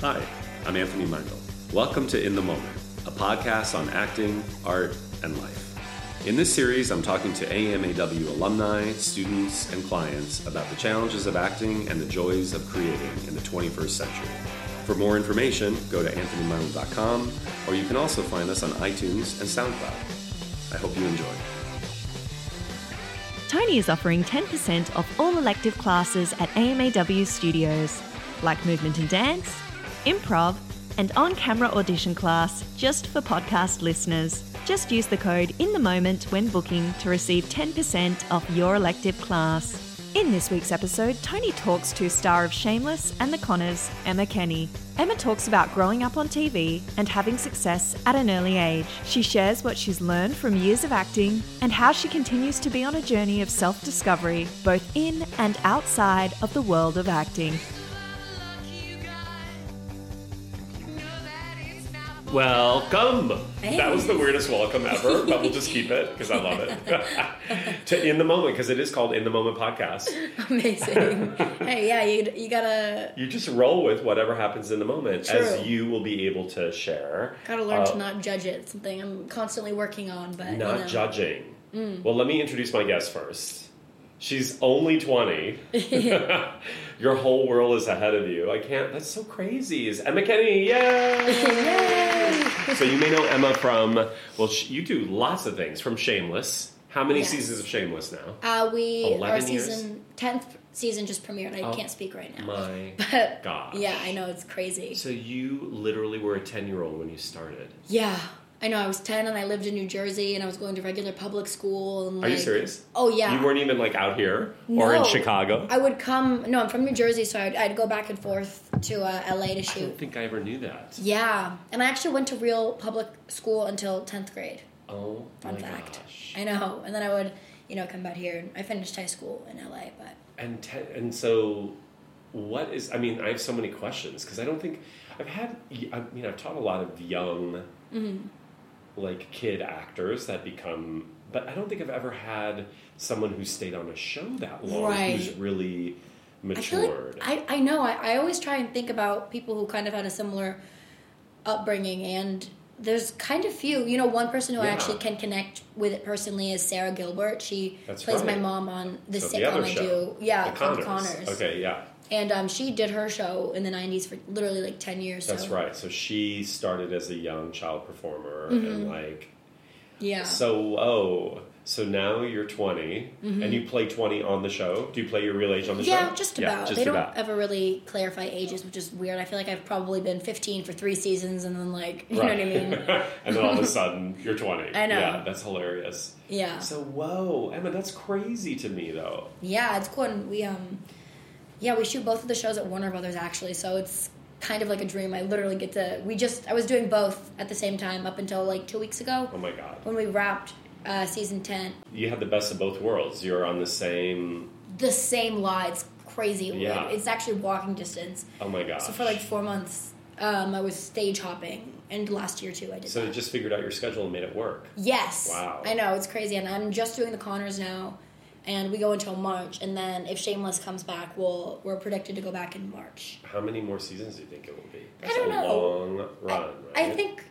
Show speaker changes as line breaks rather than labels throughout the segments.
Hi, I'm Anthony Meinl. Welcome to In the Moment, a podcast on acting, art, and life. In this series, I'm talking to AMAW alumni, students, and clients about the challenges of acting and the joys of creating in the 21st century. For more information, go to anthonymeinl.com, or you can also find us on iTunes and SoundCloud. I hope you enjoy.
Tony is offering 10% off all elective classes at AMAW studios, like movement and dance, improv, and on camera audition class just for podcast listeners. Just use the code in the moment when booking to receive 10% off your elective class. In this week's episode, Tony talks to star of Shameless and The Connors, Emma Kenny. Emma talks about growing up on TV and having success at an early age. She shares what she's learned from years of acting and how she continues to be on a journey of self discovery, both in and outside of the world of acting.
Welcome. That was the weirdest welcome ever, but we'll just keep it because I love it. to in the moment because it is called in the moment podcast.
Amazing. hey, yeah, you, you gotta
You just roll with whatever happens in the moment as
True.
you will be able to share.
gotta learn
Uh,
to not judge it. It's something I'm constantly working on,
Not
but you know. Mm.
judging. Well, let me introduce my guest first. She's only 20. Your whole world is ahead of you. I can't. That's so crazy. Is Emma Kenny. Yay! so you may know Emma from, well, sh- you do lots of things from Shameless. How many
Yeah.
seasons of Shameless now?
Uh, we our
11 years?
season tenth season just premiered. I
Oh,
can't speak right now.
My
But
gosh.
yeah, I know it's crazy.
So you literally were a 10 year old when you started.
yeah, I know. I was ten and I lived in New Jersey and I was going to regular public school. And,
Are you
like-
serious?
Oh yeah.
You weren't even like out here or in
No.
Chicago?
I would come. No, I'm from New Jersey, so I'd, I'd go back and forth to uh, LA to
I don't
shoot.
think I ever knew that.
Yeah, and I actually went to real public school until tenth grade.
Oh,
Fun
my
fact.
gosh.
I know. And then I would, you know, come out here. And I finished high school in LA, but
And te- and so, what is? I mean, I have so many questions because I don't think I've had. I mean, I've taught a lot of young,
Mm-hmm.
like kid actors that become, but I don't think I've ever had someone who stayed on a show that long who's
Right.
really
I feel like
matured.
I, I know. I, I always try and think about people who kind of had a similar upbringing, and there's kind of few. You know, one person who I
Yeah.
actually can connect with it personally is Sarah Gilbert. She
That's
plays my
right.
mom on the
So the
sitcom
other
I
show,
do. Yeah,
the
called
Connors. Okay, yeah,
And um, she did her show in the '90s for literally like ten years.
that's
so,
right. So she started as a young child performer
Mm-hmm.
and like
Yeah.
So oh, so now you're 20 and you play twenty on the show. Do you play your real age on the show?
Mm-hmm. Yeah, just about.
just
they don't
about.
ever really clarify ages, which is weird. I feel like I've probably been 15 for three seasons, and then like, you
Right.
know what I mean?
and then all of a sudden you're 20.
I know.
Yeah, that's hilarious.
Yeah,
So whoa, Emma, that's crazy to me though.
yeah, it's cool. And we um, yeah, we shoot both of the shows at Warner Brothers actually, so it's kind of like a dream. I literally get to. We just I was doing both at the same time up until like two weeks ago
Oh my god,
when we wrapped uh, season 10.
you had the best of both worlds. You're on the same.
The same lot. It's crazy.
Yeah.
Like, it's actually walking distance.
Oh my gosh.
So for like four months, um, I was stage hopping, and last year too, I did.
So
that.
you just figured out your schedule and made it work.
Yes.
Wow.
I know, it's crazy. And I'm just doing the Connors now, and we go until March. And then if Shameless comes back, we'll, we're predicted to go back in March.
How many more seasons do you think it will be?
I
That's
don't
a
know.
long run. Right?
I think,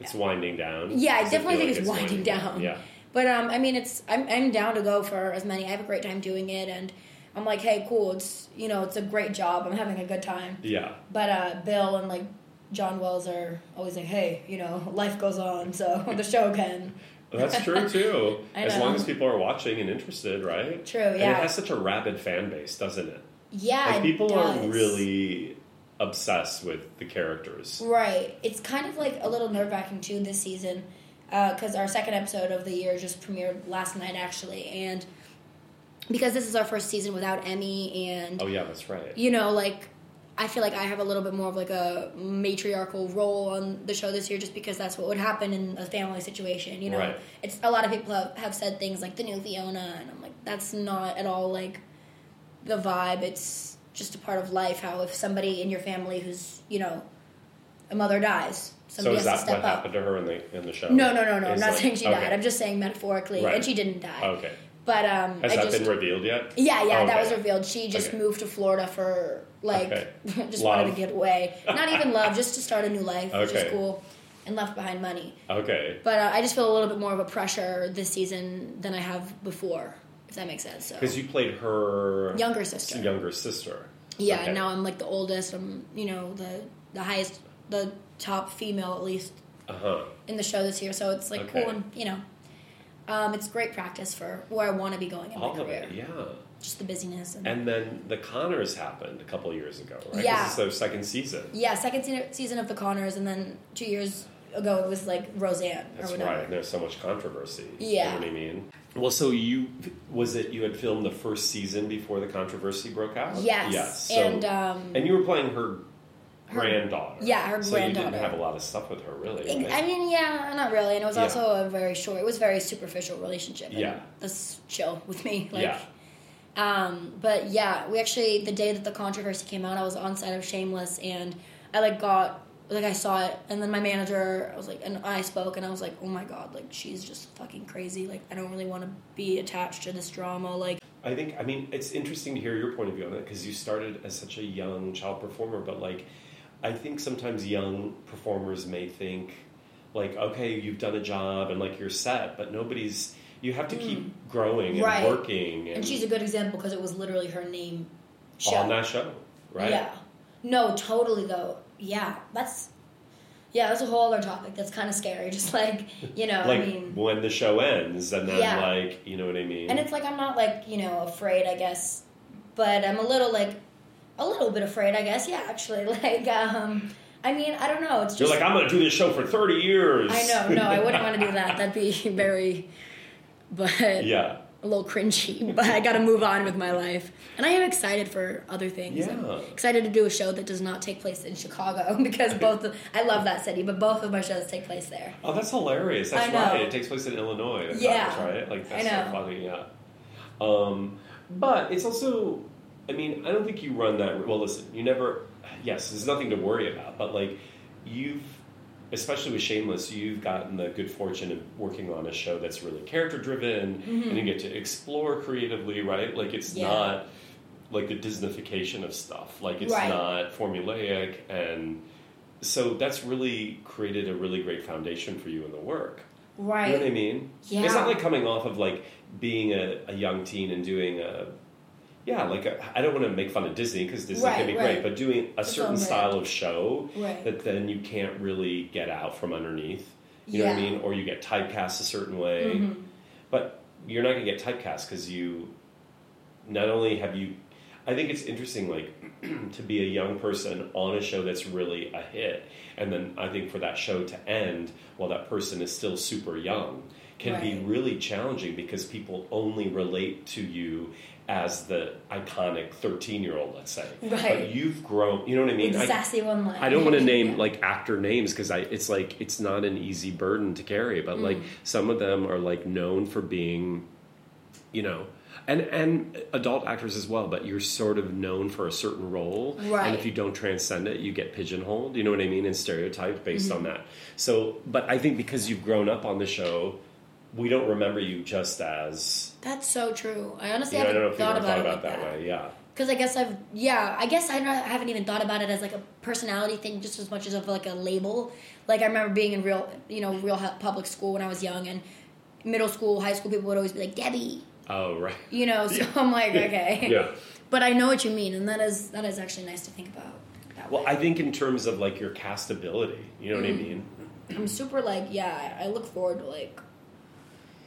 it's winding down.
yeah, I
Does it
definitely
feel
think
like
it's, winding down.
Yeah.
But um, I mean, it's I'm, I'm down to go for as many. I have a great time doing it, and I'm like, hey, cool. It's you know, it's a great job. I'm having a good time.
Yeah.
But uh, Bill and like John Wells are always like, hey, you know, life goes on, so the show can.
Well, That's true too.
I
as
know.
long as people are watching and interested, right?
True,
And it
yeah.
has such a rabid fan base, doesn't it?
Yeah,
Like
it
people are
does.
really obsessed with the characters.
Right. It's kind of like a little nerve wracking too this season, because our second episode of the year just premiered last night actually, and because this is our first season without Emmy, and
Oh yeah, that's right.
you know, like I feel like I have a little bit more of like a matriarchal role on the show this year, just because that's what would happen in a family situation. You know,
Right.
it's a lot of people have, have said things like the new Fiona, and I'm like, that's not at all like the vibe. It's just a part of life. How if somebody in your family who's you know a mother dies,
So
somebody
is
has
that
to
what
step up.
happened to her in the in the show?
No, no, no, no. I'm
It's
not
like-
saying she
okay.
died. I'm just saying metaphorically,
Right.
and she didn't die.
Okay.
But um,
Has
I
that
just,
been revealed yet?
Yeah, yeah,
Oh,
that
okay.
was revealed. She just
Okay.
moved to Florida for like
Okay.
just
Love.
wanted to get away. Not even love, just to start a new life, which
Okay.
is cool, and left behind money.
Okay.
But uh, I just feel a little bit more of a pressure this season than I have before, if that makes sense. So
Because you played her
younger sister,
younger sister.
yeah.
Okay.
and Now I'm like the oldest. I'm you know the the highest, the top female at least
Uh huh.
in the show this year. So it's like
Okay.
cool and you know. Um, it's great practice for where I want to be going in
All
my
of
career.
it, yeah.
Just the busyness and,
And then the Connors happened a couple years ago, right? 'Cause
Yeah.
It's their second season.
Yeah, second se- season of The Connors, and then two years ago it was like Roseanne
That's
or whatever.
right. And there's so much controversy.
Yeah.
You know what I mean? Well, so you was it you had filmed the first season before the controversy broke out?
Yes.
Yes. So,
and um,
and you were playing her, granddaughter.
yeah, her
so you
granddaughter.
didn't have a lot of stuff with her, really.
it-
right?
I mean, yeah, not really. And it was
Yeah.
also a very short. It was a very superficial relationship. and
Yeah.
that's chill with me. Like,
yeah.
Um, but yeah, we actually the day that the controversy came out, I was on set of Shameless, and I like got like I saw it, and then my manager, I was like, and I spoke, and I was like, oh my god, like she's just fucking crazy. Like I don't really want to be attached to this drama. Like
I think I mean it's interesting to hear your point of view on that because you started as such a young child performer, but like I think sometimes young performers may think like okay, you've done a job and like you're set, but nobody's you have to keep growing and
Hmm. Right.
working and,
And she's a good example because it was literally her name. Show.
on that show, right?
Yeah. No, totally though. Yeah, that's. Yeah, that's a whole other topic. That's kind of scary. Just like you know,
Like
I mean,
when the show ends and then
Yeah.
like you know what I mean?
and it's like I'm not like you know afraid, I guess, but I'm a little like, a little bit afraid, I guess. Yeah, actually, like um, I mean, I don't know. It's
you're
just
like, I'm gonna do this show for thirty years.
I know. No, I wouldn't want to do that. That'd be very, but
yeah.
a little cringy, but I gotta move on with my life. And I am excited for other things. I'm
Yeah.
excited to do a show that does not take place in Chicago because both of, I love that city, but both of my shows take place there.
Oh, that's hilarious. That's
I know.
right. It takes place in Illinois. if
Yeah.
That was right? Like,
I
that's so
know.
funny, yeah. Um, but it's also, I mean, I don't think you run that. Well, listen, you never, yes, there's nothing to worry about, but like, you've, especially with Shameless, you've gotten the good fortune of working on a show that's really character driven and you get to explore creatively, right? Like, it's
Mm-hmm. Yeah.
not like the Disneyfication of stuff. Like, it's
Right.
not formulaic and so that's really created a really great foundation for you in the work. You know what I
Right.
mean?
Yeah.
It's not like coming off of like being a, a young teen and doing a yeah, like I I don't want to make fun of Disney because Disney
Right,
can be
right.
great, but doing a
It's
certain
own brand.
style of show
Right.
that then you can't really get out from underneath. You know what I
Yeah. Mm-hmm.
mean? Or you get typecast a certain way, but you're not going to get typecast because you not only have you. I think it's interesting, like to be a young person on a show that's really a hit, and then I think for that show to end while that person is still super young can be
Right.
really challenging because people only relate to you as the iconic 13 year old let's say
Right.
but you've grown you know what i mean
With
I-
the sassy one line.
I don't want to name
Yeah.
like actor names because I it's like it's not an easy burden to carry, but like
Mm.
some of them are like known for being, you know, and and adult actors as well. But you're sort of known for a certain role, and if
Right.
you don't transcend it, you get pigeonholed. You know what I mean? And stereotyped based
Mm-hmm.
on that. So, but I think because you've grown up on the show, we don't remember you just as.
That's so true. I honestly
You know, I don't know
haven't
if you ever
thought about
thought
it
about
like
that way. Yeah.
Because I guess I've yeah, I guess I don't- I haven't even thought about it as like a personality thing, just as much as of like a label. Like I remember being in real, you know, real hu- public school when I was young, and middle school, high school people would always be like Debbie,
Oh right.
you know. So I'm like, okay,
Yeah.
But I know what you mean, and that is that is actually nice to think about. That
Well,
way.
I think in terms of like your castability, you know what I
Mm.
mean.
I'm super like yeah. I look forward to like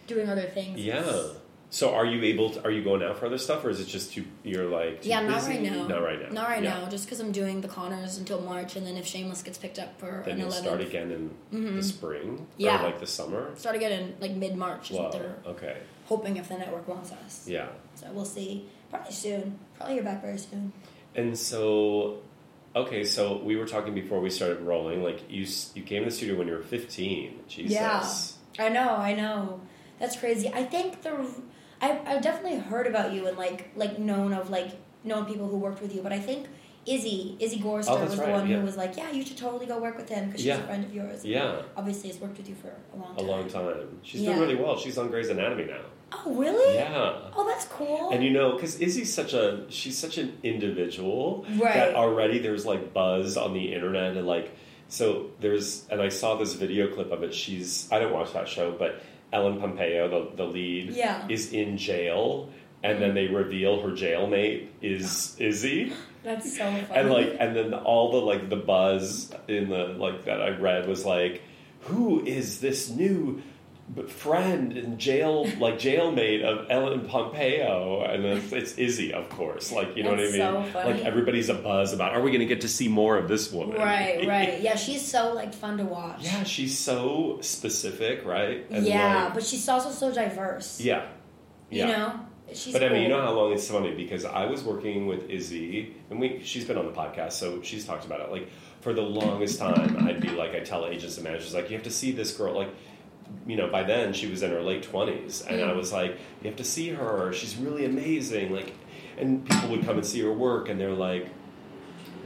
doing other things.
Yeah. So are you able to, are you going out for other stuff or is it just too, you're like, too
Yeah, not
busy?
right now.
Not right now.
Not right
Yeah.
now. Just because I'm doing the Connors until March, and then if Shameless gets picked up for
Then
an
you'll start
11th,
again in the spring
Mm-hmm. Yeah.
or like the summer.
start again in like mid March. is
Wow.
what they're
Okay.
hoping if the network wants us.
Yeah.
So we'll see. Probably soon. Probably you're back very soon.
And so, okay, so we were talking before we started rolling, like you, s- you came to the studio when you were 15. Jesus.
Yeah, I know, I know. That's crazy. I think the I I definitely heard about you and like like known of like known people who worked with you, but I think Izzy Izzy Gorster
Oh, that's
was the
right,
one
yeah.
who was like, yeah, you should totally go work with him because she's
Yeah.
a friend of yours.
Yeah.
Obviously, has worked with you for a long
A
time.
long time. She's doing
Yeah.
really well. She's on Grey's Anatomy now.
Oh, really?
Yeah.
Oh, that's cool.
And you know, because Izzy's such a she's such an individual
Right.
that already there's like buzz on the internet and like so there's and I saw this video clip of it. She's I don't watch that show, but Ellen Pompeo, the, the lead,
Yeah. Mm-hmm.
is in jail, and then they reveal her jailmate is
Ah.
Izzy,
that's so funny.
and like and then all the like the buzz in the like that I read was like, who is this new? b- friend and jail like jailmate of Ellen Pompeo, and it's, it's Izzy, of course. Like you know
That's
what I mean?
so funny.
Like everybody's a buzz about. Are we going to get to see more of this woman?
right, right. Yeah, she's so like fun to watch.
yeah, she's so specific, right?
yeah,
like-
but she's also so diverse.
yeah, yeah.
You know, she's.
but I mean, you
cool.
know how long it's funny because I was working with Izzy, and we she's been on the podcast, so she's talked about it. Like for the longest time, I'd be like, I tell agents and managers, like, you have to see this girl, like. You know, by then she was in her late twenties, and I was like, "You have to see her. She's really amazing." Like, and people would come and see her work, and they're like,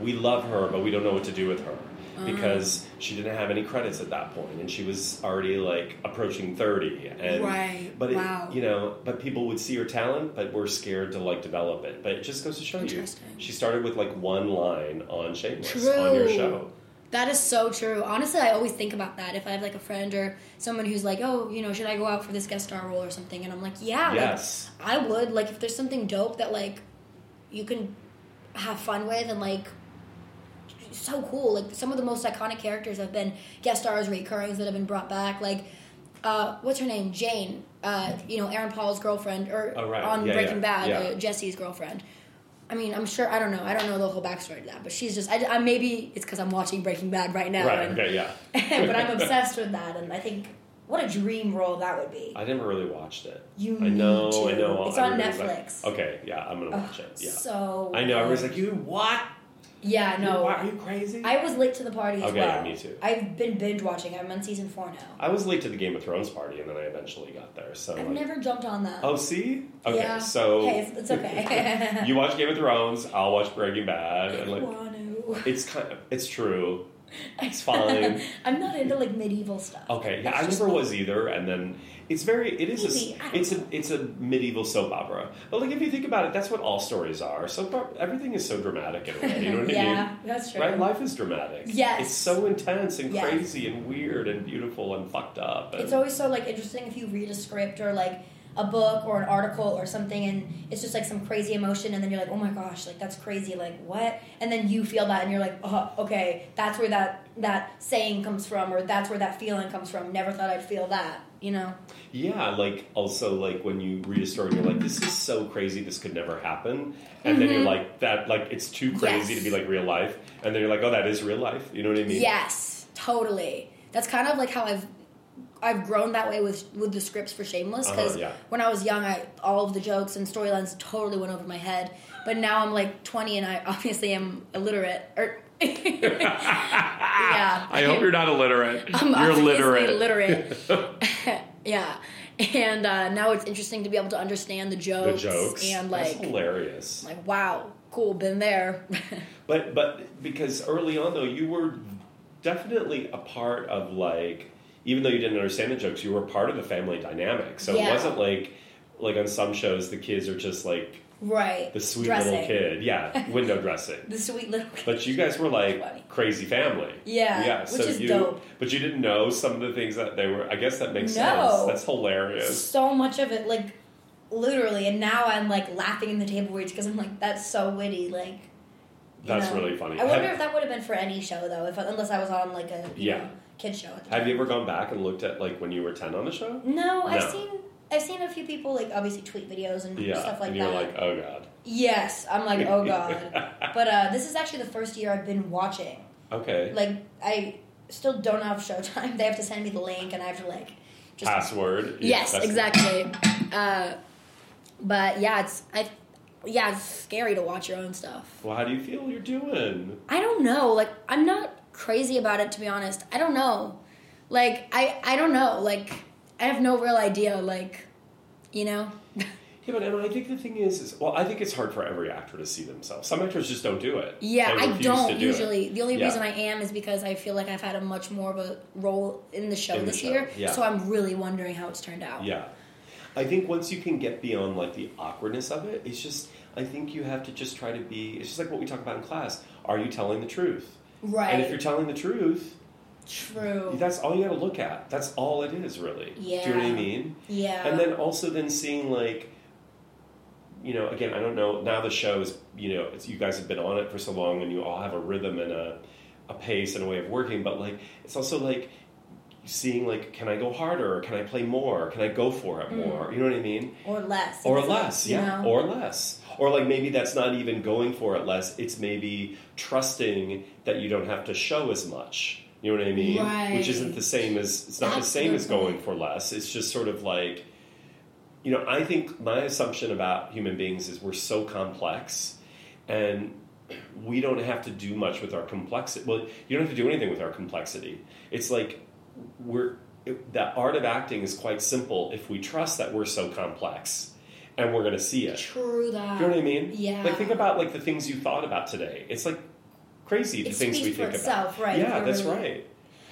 "We love her, but we don't know what to do with her
Uh-huh.
because she didn't have any credits at that point, and she was already like approaching thirty, and
Right.
but it,
Wow.
you know, but people would see her talent, but we're scared to like develop it. But it just goes to show you,
Interesting.
she started with like one line on Shameless on your
True.
show.
That is so true. Honestly, I always think about that. If I have like a friend or someone who's like, "Oh, you know, should I go out for this guest star role or something?" and I'm like, "Yeah, like,
Yes,
I would." Like, if there's something dope that like you can have fun with and like so cool. Like some of the most iconic characters have been guest stars, recurrings that have been brought back. Like, uh, what's her name? Jane. Uh, you know, Aaron Paul's girlfriend, or
Oh, right.
on
Yeah,
Breaking
yeah,
Bad,
yeah.
Uh, Jesse's girlfriend. I mean, I'm sure. I don't know. I don't know the whole backstory to that, but she's just. I, I maybe it's because I'm watching Breaking Bad right now,
right,
and-
okay, yeah.
but I'm obsessed with that, and I think what a dream role that would be.
I never really watched it.
You
I know,
need to.
I know.
It's
I
on
really was like,
Netflix.
okay, yeah, I'm gonna watch it. Yeah,
So
I know. Everybody's like, you what?
yeah,
you,
no,
what? are you crazy?
I was late to the party as
Okay,
well.
me too.
I've been binge watching. I'm on season four now.
I was late to the Game of Thrones party, and then I eventually got there. So
I've
like,
never jumped on that.
oh, see, okay,
Yeah.
so
Hey, it's, it's okay.
you watch Game of Thrones, I'll watch Breaking Bad, and like.
Wano.
It's kind of, it's true. It's fine. Oh,
I'm not into like medieval stuff.
Okay, yeah,
That's
I
just
never
me.
was either, and then it's very it is
Maybe, I
a,
don't
it's a it's a medieval soap opera. But like if you think about it, that's what all stories are. Soap op- everything is so dramatic in a way. You know what
yeah,
I mean?
that's true.
Right, life is dramatic.
Yes.
it's so intense and
Yes.
crazy and weird and beautiful and fucked up. And
It's always so like interesting if you read a script or like a book or an article or something and it's just like some crazy emotion and then you're like, "Oh my gosh, like that's crazy. Like what?" And then you feel that and you're like, "Oh, okay, that's where that that saying comes from or that's where that feeling comes from. Never thought I'd feel that." You know?
Yeah, like also like when you read a story and you're like, this is so crazy, this could never happen. And then you're like, that like it's too crazy
Mm-hmm. Yes.
to be like real life. And then you're like, oh, that is real life. You know what I mean?
Yes, totally. That's kind of like how I've I've grown that way with with the scripts for Shameless because
Uh-huh, yeah.
when I was young, I all of the jokes and storylines totally went over my head. But now I'm like 20 and I obviously am illiterate. Or yeah,
I hope you're not illiterate.
I'm
you're
Um, obviously
illiterate.
literate. yeah, and uh, now it's interesting to be able to understand the
the
jokes,
jokes.
and
That's
like
hilarious.
like wow, cool, been there.
But but because early on though, you were definitely a part of like even though you didn't understand the jokes, you were part of the family dynamic. So it
Yeah.
wasn't like like on some shows the kids are just like
right,
the sweet
Dressing.
little kid. Yeah, window dressing.
the sweet little kid.
But you guys were
Funny.
like crazy family.
Yeah,
Yeah.
which
So
is
you,
dope.
but you didn't know some of the things that they were. I guess that makes
No.
sense. That's hilarious.
so much of it, like literally, and now I'm like laughing in the table reach because I'm like, that's so witty, like. you
That's
know.
really funny.
I wonder
Have-
if that would have been for any show though, if unless I was on like a you
Yeah.
know, kid show. At the
Have
time.
you ever gone back and looked at like when you were ten on the show?
No, I've
No.
seen I've seen a few people like obviously tweet videos and
Yeah.
stuff like
and you're
that.
like, oh god.
yes, I'm like, oh god. but uh, this is actually the first year I've been watching.
Okay.
Like I still don't have Showtime. They have to send me the link, and I have to like just
Password. Yeah,
Yes,
that's-
exactly. Uh, but yeah, it's I, yeah, it's scary to watch your own stuff.
Well, how do you feel you're doing?
I don't know. Like, I'm not crazy about it to be honest. I don't know. Like, I I don't know. Like, I have no real idea. Like, you know.
Yeah, but Emma, I think the thing is, is well, I think it's hard for every actor to see themselves. Some actors just don't do it.
Yeah,
They
I
refuse
don't
to do it.
usually. The only
Yeah.
reason I am is because I feel like I've had a much more of a role in the show
In the
this
show,
year.
yeah.
So I'm really wondering how it's turned out.
Yeah. I think once you can get beyond like the awkwardness of it, it's just I think you have to just try to be. It's just like what we talk about in class. Are you telling the truth?
Right.
And if you're telling the truth,
True.
that's all you got to look at. That's all it is, really. Do you know what I
Yeah.
mean?
yeah.
And then also then seeing like, you know, again, I don't know. Now the show is, you know, it's, you guys have been on it for so long, and you all have a rhythm and a, a pace and a way of working. But like, it's also like seeing like, can I go harder? Or can I play more? Can I go for it more? You know what I mean?
or less.
Or
It's like,
less,
you
yeah.
know?
Or less. Or like maybe that's not even going for it less. It's maybe trusting that you don't have to show as much. You know what I mean? Which
Right.
isn't the same as it's not the same as
Absolutely.
going for less. It's just sort of like you know, I think my assumption about human beings is we're so complex and we don't have to do much with our complexity. Well, you don't have to do anything with our complexity. It's like we're it, that art of acting is quite simple if we trust that we're so complex and we're going to see it.
True that.
Do you know what I mean?
Yeah.
Like think about like the things you thought about today. It's like crazy the
It
things we
speaks for
think
itself,
about.
right,
Yeah,
if we're
that's
really-
right.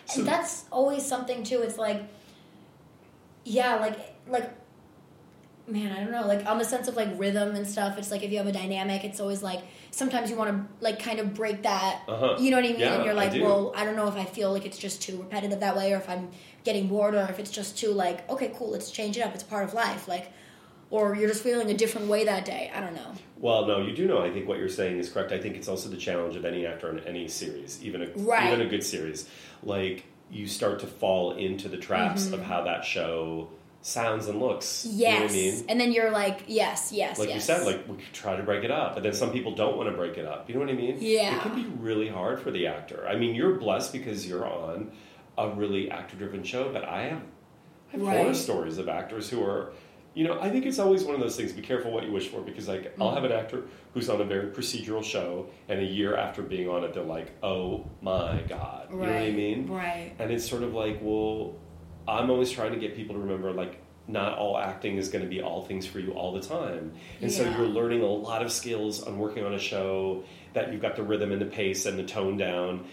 So
And that's always something too. It's like, yeah, like like, man, I don't know. Like on the sense of like rhythm and stuff. It's like if you have a dynamic, it's always like sometimes you want to like kind of break that.
Uh-huh.
You know what I mean?
Yeah,
and you're
I
like,
do.
well, I don't know if I feel like it's just too repetitive that way, or if I'm getting bored, or if it's just too like, okay, cool, let's change it up. It's part of life, like. Or you're just feeling a different way that day. I don't know.
Well, no, you do know. I think what you're saying is correct. I think it's also the challenge of any actor in any series, even a
Right.
even a good series. Like you start to fall into the traps of how that show sounds and looks. You know what
Mm-hmm. Yes.
I mean?
And then you're like, yes, yes,
Like
yes.
you said, like we could try to break it up, but then some people don't want to break it up. You know what I mean?
Yeah.
It can be really hard for the actor. I mean, you're blessed because you're on a really actor-driven show, but I have I have horror
Right.
stories of actors who are, you know, I think it's always one of those things. Be careful what you wish for because, like, I'll have an
Mm-hmm.
actor who's on a very procedural show, and a year after being on it, they're like, "Oh my god," you know what I mean?
Right.
And it's sort of like, well, I'm always trying to get people to remember, like, not all acting is going to be all things for you all the time. And so
Yeah.
you're learning a lot of skills on working on a show that you've got the rhythm and the pace and the tone down.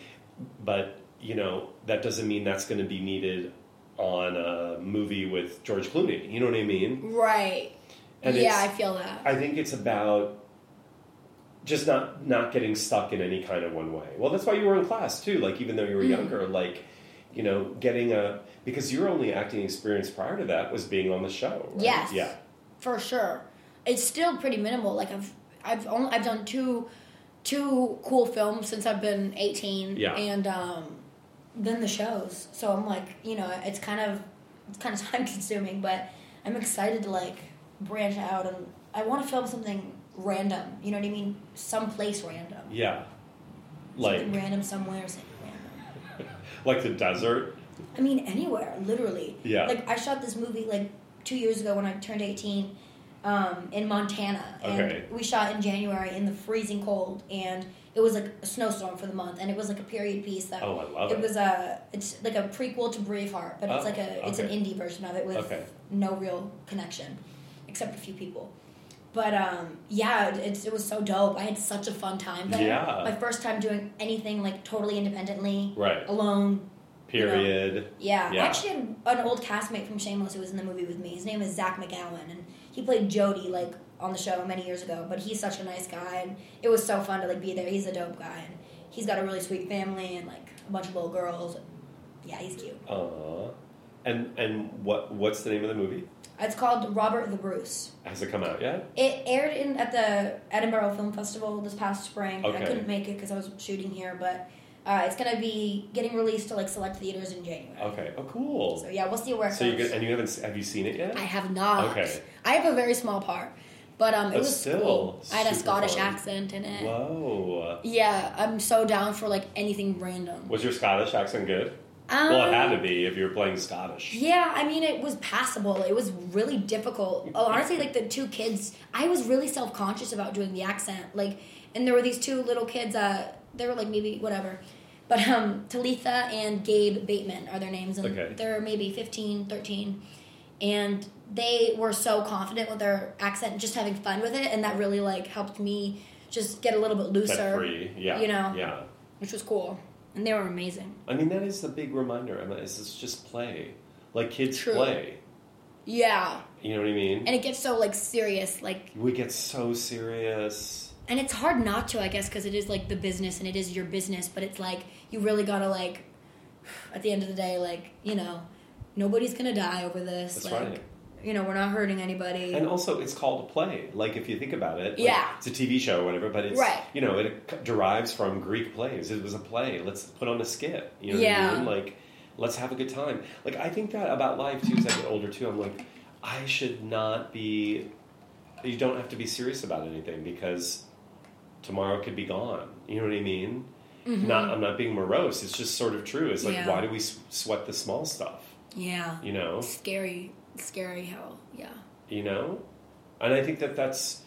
But, you know, that doesn't mean that's going to be needed on a movie with George Clooney. You know what I mean?
Right.
And
yeah, I
it's-
feel that.
I think it's about just not not getting stuck in any kind of one way. Well, that's why you were in class too. Like even though you were
Mm.
younger, like you know, getting a because your only acting experience prior to that was being on the show. Right?
Yes.
Yeah.
For sure. It's still pretty minimal. Like I've I've only I've done two two cool films since I've been 18
Yeah.
and um then the shows. So I'm like, you know, it's kind of it's kind of time consuming, but I'm excited to like branch out and I want to film something random. You know what I mean? Someplace random.
Yeah. Like
something random somewhere. Something random.
like the desert.
I mean, anywhere, literally.
Yeah.
Like, I shot this movie, like, two years ago when I turned 18 um, in Montana. And
Okay.
we shot in January in the freezing cold, and it was, like, a snowstorm for the month, and it was, like, a period piece that.
Oh, I love it.
It was a, it's like a prequel to Braveheart, but
Oh,
it's like a, it's an
okay.
indie version of it with
Okay.
no real connection, except a few people. But um, yeah, it, it's, it was so dope. I had such a fun time there.
Yeah.
My first time doing anything like totally independently,
Right.
alone,
Period.
yeah.
Yeah.
I actually had an old castmate from Shameless who was in the movie with me. His name is Zach McGowan, and he played Jody like on the show many years ago. But he's such a nice guy, and it was so fun to like be there. He's a dope guy, and he's got a really sweet family and like a bunch of little girls. Yeah, he's cute.
Aw. And and what what's the name of the movie?
It's called Robert the Bruce.
Has it come out yet?
It aired in at the Edinburgh Film Festival this past spring.
Okay.
I couldn't make it because I was shooting here, but uh, it's gonna be getting released to like select theaters in January.
Okay. Oh, cool.
So yeah, we'll see where it
So you
goes.
and you haven't have you seen it yet?
I have not.
Okay.
I have a very small part, but um,
But
it was
still,
cool. I had a
super
Scottish
fun.
accent in it.
Whoa.
Yeah, I'm so down for like anything random.
Was your Scottish accent good?
Um,
Well, it had to be if you were playing Scottish.
Yeah, I mean, it was passable. It was really difficult. Oh, honestly, like the two kids, I was really self conscious about doing the accent. Like, and there were these two little kids. Uh, they were like maybe whatever, but um, Talitha and Gabe Bateman are their names, and
Okay.
they're maybe 15, 13. and they were so confident with their accent, and just having fun with it, and that really like helped me just get a little bit
That
looser,
free, yeah,
you know,
yeah.
which was cool. And they were amazing.
I mean, that is the big reminder. Emma, is it's just play, like kids
True.
play.
Yeah.
You know what I mean?
And it gets so like serious, like,
we get so serious.
and it's hard not to, I guess, because it is like the business and it is your business, but it's like you really gotta like, at the end of the day, like you know, nobody's gonna die over this.
That's
like,
right.
You know, we're not hurting anybody.
And also, it's called a play. Like, if you think about it, like,
Yeah.
it's a TV show or whatever, but it's,
Right.
you know, it c- derives from Greek plays. It was a play. Let's put on a skit. You know what
Yeah.
I mean? Like, let's have a good time. Like, I think that about life, too, as I get older, too. I'm like, I should not be, you don't have to be serious about anything because tomorrow could be gone. You know what I mean? Not, I'm not being morose. It's just sort of true. It's like,
Mm-hmm. Yeah.
why do we s- sweat the small stuff?
yeah.
You know?
Scary, scary how yeah.
you know and i think that that's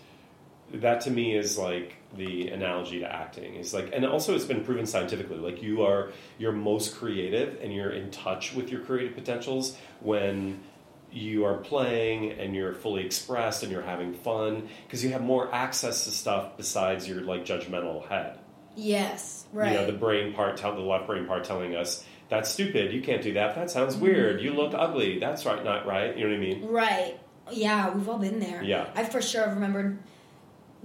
that to me is like the analogy to acting is like and also it's been proven scientifically like you are you're most creative and you're in touch with your creative potentials when you are playing and you're fully expressed and you're having fun because you have more access to stuff besides your like judgmental head
Yes. Right.
you know the brain part tell the left brain part telling us that's stupid you can't do that that sounds weird you look ugly that's right not right you know what i mean
Right. Yeah, we've all been there.
Yeah.
I for sure remembered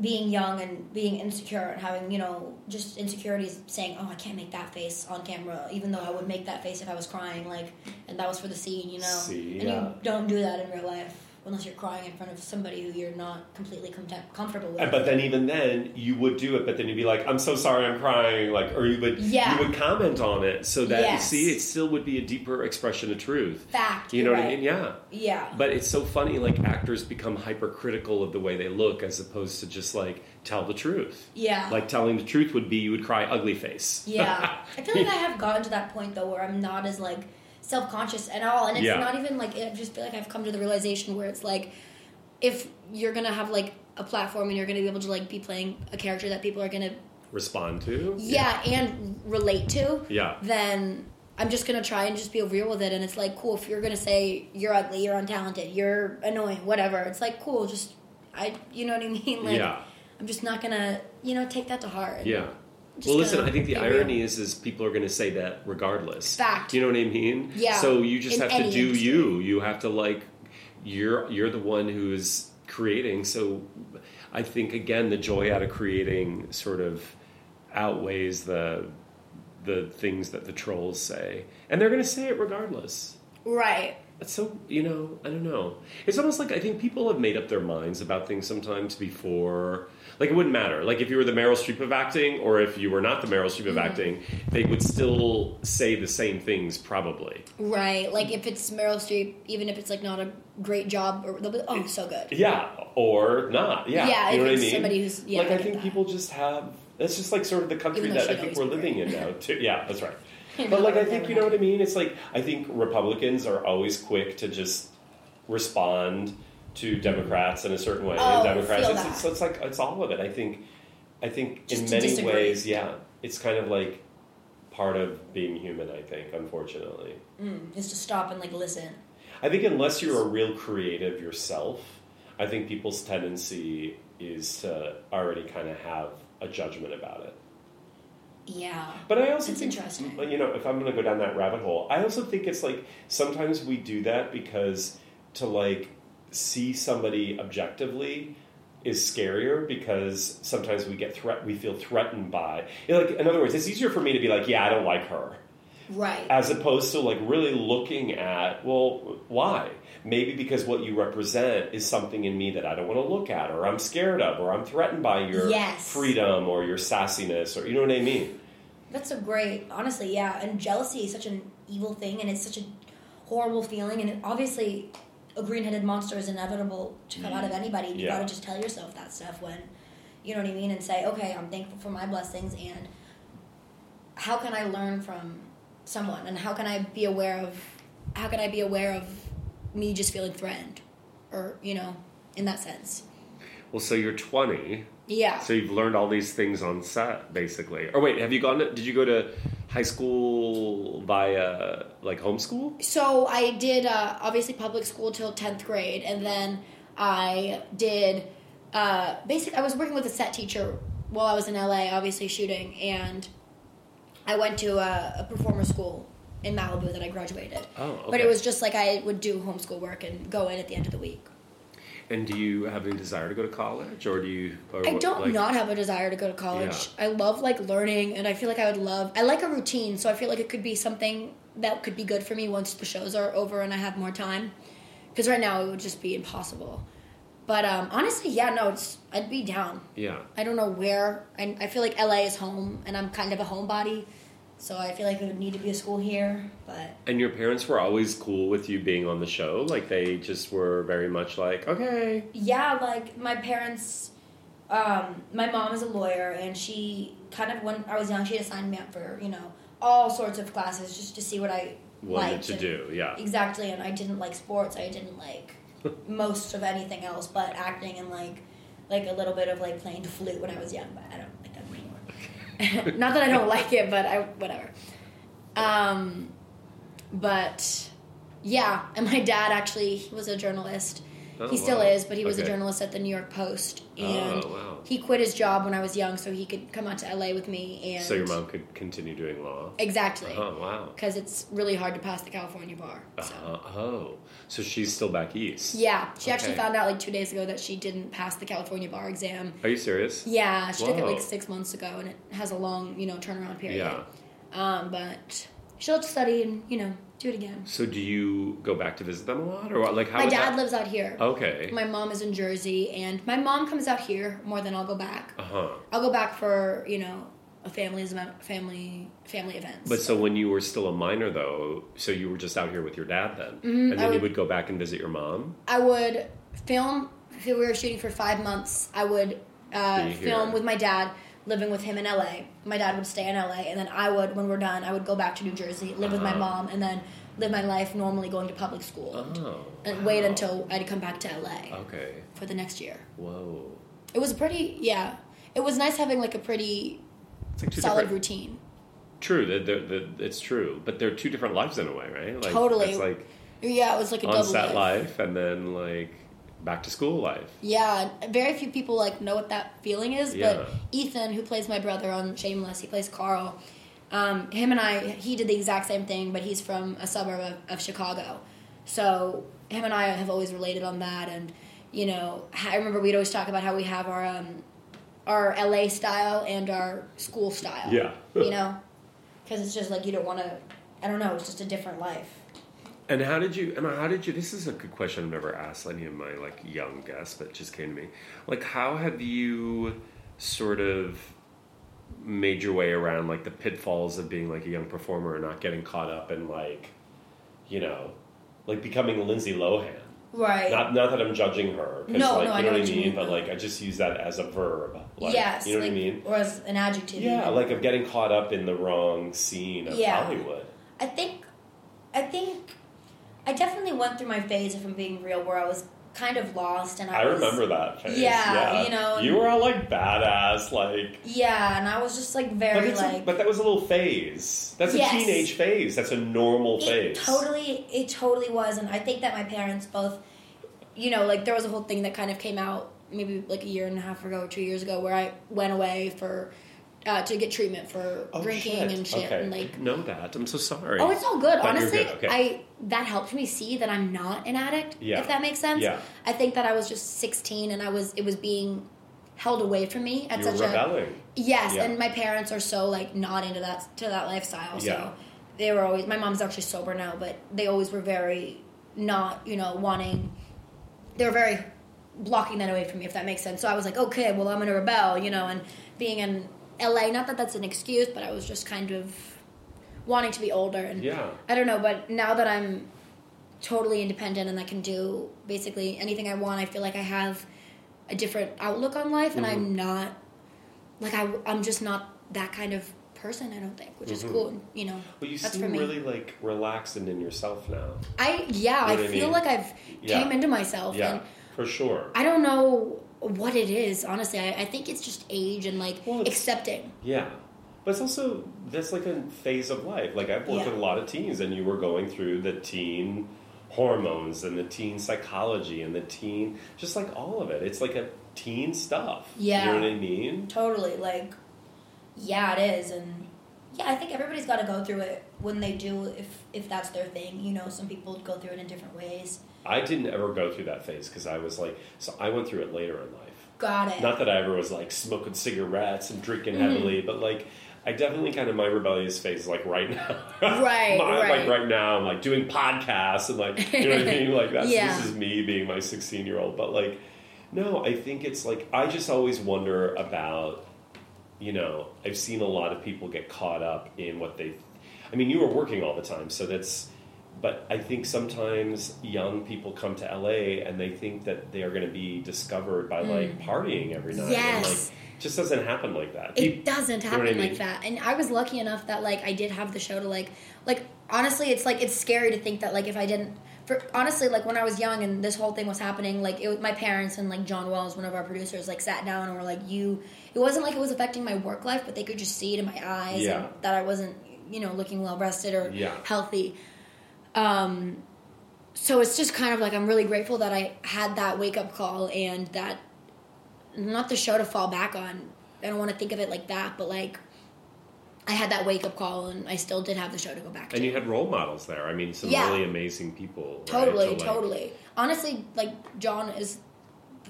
being young and being insecure and having, you know, just insecurities saying, Oh, I can't make that face on camera even though I would make that face if I was crying, like and that was for the scene, you know.
See,
and
yeah.
you don't do that in real life unless you're crying in front of somebody who you're not completely contem- comfortable with.
And- But then, even then, you would do it. But then you'd be like, "I'm so sorry, I'm crying," like, or you would,
Yeah.
you would comment on it so that
Yes.
you see it still would be a deeper expression of truth.
Fact.
You know
you're
what I
right.
mean? Yeah.
Yeah.
But it's so funny, like actors become hypercritical of the way they look, as opposed to just like tell the truth.
Yeah.
Like telling the truth would be you would cry ugly face.
Yeah. I feel like I have gotten to that point though where I'm not as like self conscious at all. And it's
Yeah.
not even like I just feel like I've come to the realization where it's like if you're gonna have like a platform and you're gonna be able to like be playing a character that people are gonna
Respond to.
yeah, and relate to,
Yeah.
then I'm just gonna try and just be real with it and it's like cool if you're gonna say you're ugly, you're untalented, you're annoying, whatever, it's like cool, just I you know what I mean? Like
Yeah.
I'm just not gonna, you know, take that to heart.
Yeah.
Just
Well, listen.
gonna
I think the
be real.
irony is, is people are going to say that regardless.
Fact.
Do you know what I mean?
Yeah.
So you just
In
have to
any
do
industry.
you. You have to like. You're you're the one who is creating. So, I think again, the joy out of creating sort of outweighs the the things that the trolls say, and they're going to say it regardless.
Right.
That's so you know I don't know. It's almost like I think people have made up their minds about things sometimes before. Like it wouldn't matter. Like if you were the Meryl Streep of acting, or if you were not the Meryl Streep of acting, they would still say the same things probably.
Right, like if it's Meryl Streep, even if it's like not a great job, or they'll be oh so good.
Yeah, or not. Yeah,
Yeah,
you know
if
what
it's
I mean.
somebody who's- yeah,
like
I
I
get
think
that.
people just have. That's just like sort of the country
Even though
that
she'd
I think
always
we're
be
living
right.
in now. Too. Yeah, that's right.
You're
But
not
like I
wrong
think
there,
you know
right?
what I mean. It's like I think Republicans are always quick to just respond to Democrats in a certain way.
Oh,
and Democrats,
feel
it's,
that.
it's, it's like it's all of it. I think. I think
Just
in
to
many
disagree.
ways, yeah, it's kind of like part of being human. I think, unfortunately.
Just to stop and like listen.
I think unless you're a real creative yourself, I think people's tendency is to already kind of have a judgment about it.
Yeah,
But I also
That's
think,
interesting.
You know, if I'm going to go down that rabbit hole, I also think it's like sometimes we do that because to like see somebody objectively is scarier because sometimes we get threat we feel threatened by you know, like in other words it's easier for me to be like yeah i don't like her
right.
as opposed to like really looking at well why maybe because what you represent is something in me that i don't want to look at or i'm scared of or i'm threatened by your
Yes.
freedom or your sassiness or you know what i mean
That's a great, honestly, yeah. And jealousy is such an evil thing, and it's such a horrible feeling. And it, obviously, a green-headed monster is inevitable to come out of anybody. You
Yeah.
gotta just tell yourself that stuff when, you know what I mean, and say, okay, I'm thankful for my blessings, and how can I learn from someone, and how can I be aware of, how can I be aware of me just feeling threatened, or you know, in that sense.
well so you're 20
Yeah.
so you've learned all these things on set basically or wait have you gone to did you go to high school via like homeschool
so I did uh, obviously public school till tenth grade, and then I did uh, basic. I was working with a set teacher while I was in LA, obviously shooting, and I went to a, a performer school in Malibu that I graduated.
Oh,
But
okay.
it was just like I would do homeschool work and go in at the end of the week.
And do you have any desire to go to college, or do you? Or
I
what-
don't
like,
not have a desire to go to college. I love like learning, and I feel like I would love. I like a routine, so I feel like it could be something that could be good for me once the shows are over and I have more time. Because right now it would just be impossible. But um, honestly, yeah, no, it's I'd be down.
Yeah.
I don't know where. I, I feel like LA is home, and I'm kind of a homebody, so I feel like it would need to be a school here. But
And your parents were always cool with you being on the show. Like they just were very much like, okay,
yeah, like my parents, um, my mom is a lawyer, and she kind of when I was young, she had signed me up for you know all sorts of classes just to see what I
wanted
liked
to
and-
do, yeah.
exactly. And I didn't like sports. I didn't like most of anything else, but acting and like like a little bit of like playing the flute when I was young. But I don't like that anymore. Not that I don't like it, but I whatever. Um, but yeah, and my dad actually he was a journalist.
Oh,
he still
wow.
is, but he was a
Okay.
journalist at the New York Post, and
Oh, wow.
he quit his job when I was young so he could come out to LA with me. And
So your mom could continue doing law.
exactly
Oh wow.
because it's really hard to pass the California bar. So.
Uh, oh, so she's still back east.
Yeah, she actually
Okay.
found out like two days ago that she didn't pass the California bar exam.
Are you serious?
Yeah, she took it
Whoa.
like six months ago, and it has a long, you know, turnaround period.
Yeah.
Um, but she'll study and you know do it again.
So do you go back to visit them a lot, or what? like how?
my
was
dad
that-
lives out here.
Okay.
My mom is in Jersey, and my mom comes out here more than I'll go back.
Uh huh.
I'll go back for you know a family's event- family family events.
But so when you were still a minor, though, so you were just out here with your dad then, and
Mm-hmm. I
then you
would-
would go back and visit your mom.
I would film. If we were shooting for five months, I would uh,
Be here.
film with my dad, living with him in LA. My dad would stay in LA, and then I would, when we're done, I would go back to New Jersey, live with my
Uh-huh.
mom, and then live my life normally going to public school. and-
Oh,
and wait
wow.
until I'd come back to LA
Okay.
for the next year.
Whoa.
It was pretty, yeah. It was nice having like a pretty
It's like two
solid
different.
routine.
True. That that- that- it's true, but they're two different lives in a way, right? Like,
Totally.
It's like
Yeah, it was like a
on
double
set
life.
life and then like back to school life.
Yeah, and very few people like know what that feeling is.
Yeah.
But Ethan, who plays my brother on Shameless, he plays Carl. Um, him and I, he did the exact same thing, but he's from a suburb of, of Chicago. So him and I have always related on that, and you know, I remember we'd always talk about how we have our um, our LA style and our school style.
Yeah.
you know, because it's just like you don't want to. I don't know. It's just a different life.
And how did you? Emma, how did you? This is a good question I've never asked any of my like young guests, but it just came to me. Like, how have you sort of made your way around like the pitfalls of being like a young performer and not getting caught up in like, you know, like becoming Lindsay Lohan?
Right.
Not not that I'm judging her, 'cause,
No,
like,
no, I
you
know
know what I
what you
mean.
mean,
But
though.
like, I just use that as a verb. Like,
yes.
you know what I
like-
mean.
Or as an adjective.
Yeah,
even.
like of getting caught up in the wrong scene of
Yeah.
Hollywood.
I think, I think, I definitely went through my phase, if I'm being real, where I was kind of lost and I,
I
was,
remember that phase.
Yeah, you know,
you were all like badass, like.
Yeah, and I was just like
But,
very
it's a-
like.
but that was a little phase. That's a
Yes.
teenage phase. That's a normal
it
phase.
totally, it totally was, and I think that my parents both, you know, like there was a whole thing that kind of came out maybe like a year and a half ago, two years ago, where I went away for uh, to get treatment for
Oh,
drinking and shit,
Okay.
and like
know that. I'm so sorry.
Oh, it's all good.
But you're
Honestly,
good, okay.
I that helped me see that I'm not an addict.
Yeah.
If that makes sense.
Yeah.
I think that I was just 16 and I was it was being held away from me at
you were
such a
rebelling.
yes.
Yeah.
And my parents are so like not into that to that
Yeah.
lifestyle. So they were always. My mom's actually sober now, but they always were very not you know wanting. They were very blocking that away from me, if that makes sense. So I was like, okay, well I'm gonna rebel, you know, and being in LA. Not that that's an excuse, but I was just kind of wanting to be older and
Yeah.
I don't know, but now that I'm totally independent and I can do basically anything I want, I feel like I have a different outlook on life and
Mm-hmm.
I'm not like I I'm just not that kind of person, I don't think, which
Mm-hmm.
is cool, you know.
But you
that's
seem
for me.
really like relaxed and in yourself now.
I yeah,
You know
I
what I
feel
mean?
like I've
Yeah.
came into myself
Yeah,
and
for sure.
I don't know what it is, honestly. I, I think it's just age and like
Well, it's-
accepting.
Yeah. But it's also that's like a phase of life. Like I've worked
Yeah.
with a lot of teens and you were going through the teen hormones and the teen psychology and the teen just like all of it. It's like a teen stuff. You
Yeah.
know what I mean?
Totally, like yeah, it is and Yeah, I think everybody's got to go through it when they do, if if that's their thing. You know, some people go through it in different ways.
I didn't ever go through that phase because I was like, so I went through it later in life.
Got it.
Not that I ever was like smoking cigarettes and drinking
Mm-hmm.
heavily, but like I definitely kind of my rebellious phase is like right now,
Right,
My- Like
right.
right now, I'm like doing podcasts and like you know what I mean. Like that's
Yeah.
this is me being my 16 year old, but like no, I think it's like I just always wonder about you know I've seen a lot of people get caught up in what they. I mean, you were working all the time, so that's. But I think sometimes young people come to LA and they think that they are going to be discovered by like partying every night. And,
Mm. Yes.
like, it just doesn't happen like that. Peop-
it doesn't
know what I
happen
mean?
like that and i was lucky enough that like i did have the show to like like honestly it's like it's scary to think that like if i didn't for honestly like when i was young and this whole thing was happening like it was my parents and like john wells one of our producers like sat down and were like you it wasn't like it was affecting my work life but they could just see it in my eyes
Yeah.
and that i wasn't you know looking well rested or
Yeah.
healthy um so it's just kind of like i'm really grateful that i had that wake up call and that not the show to fall back on. I don't want to think of it like that, but like I had that wake up call and I still did have the show to go back to.
And you had role models there. I mean, some
Yeah.
really amazing people. right,
totally,
to, like-
totally. Honestly, like John is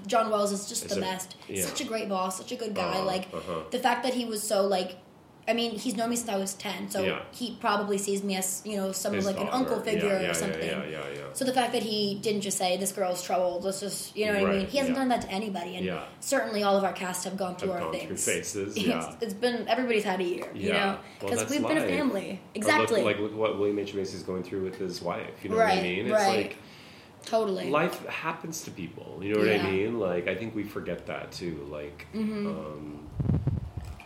John Wells is just
It's
the
a-
best.
yeah.
Such a great boss, such a good guy.
Uh-huh,
like
uh-huh.
the fact that he was so like I mean, he's known me since I was ten, so
Yeah.
he probably sees me as, you know, some
His
like an
daughter.
uncle figure
yeah, yeah,
or something.
Yeah, yeah, yeah.
So the fact that he didn't just say this girl's troubled, let's just you know what I mean.
Right,
He hasn't
yeah.
done that to anybody, and
Yeah.
certainly all of our cast have gone through
Have
our
gone through
things.
phases,
It's-
yeah.
it's been everybody's had a year, you
Yeah.
know,
Well,
because
that's
we've been a
life.
family.
Or look-
Exactly,
like, look what William H. Macy's going through with his wife. You know what I
Right,
mean? It's
right.
like
totally.
life happens to people. You know what I
Yeah. Mm-hmm.
mean? Like, I think we forget that too. Like, um,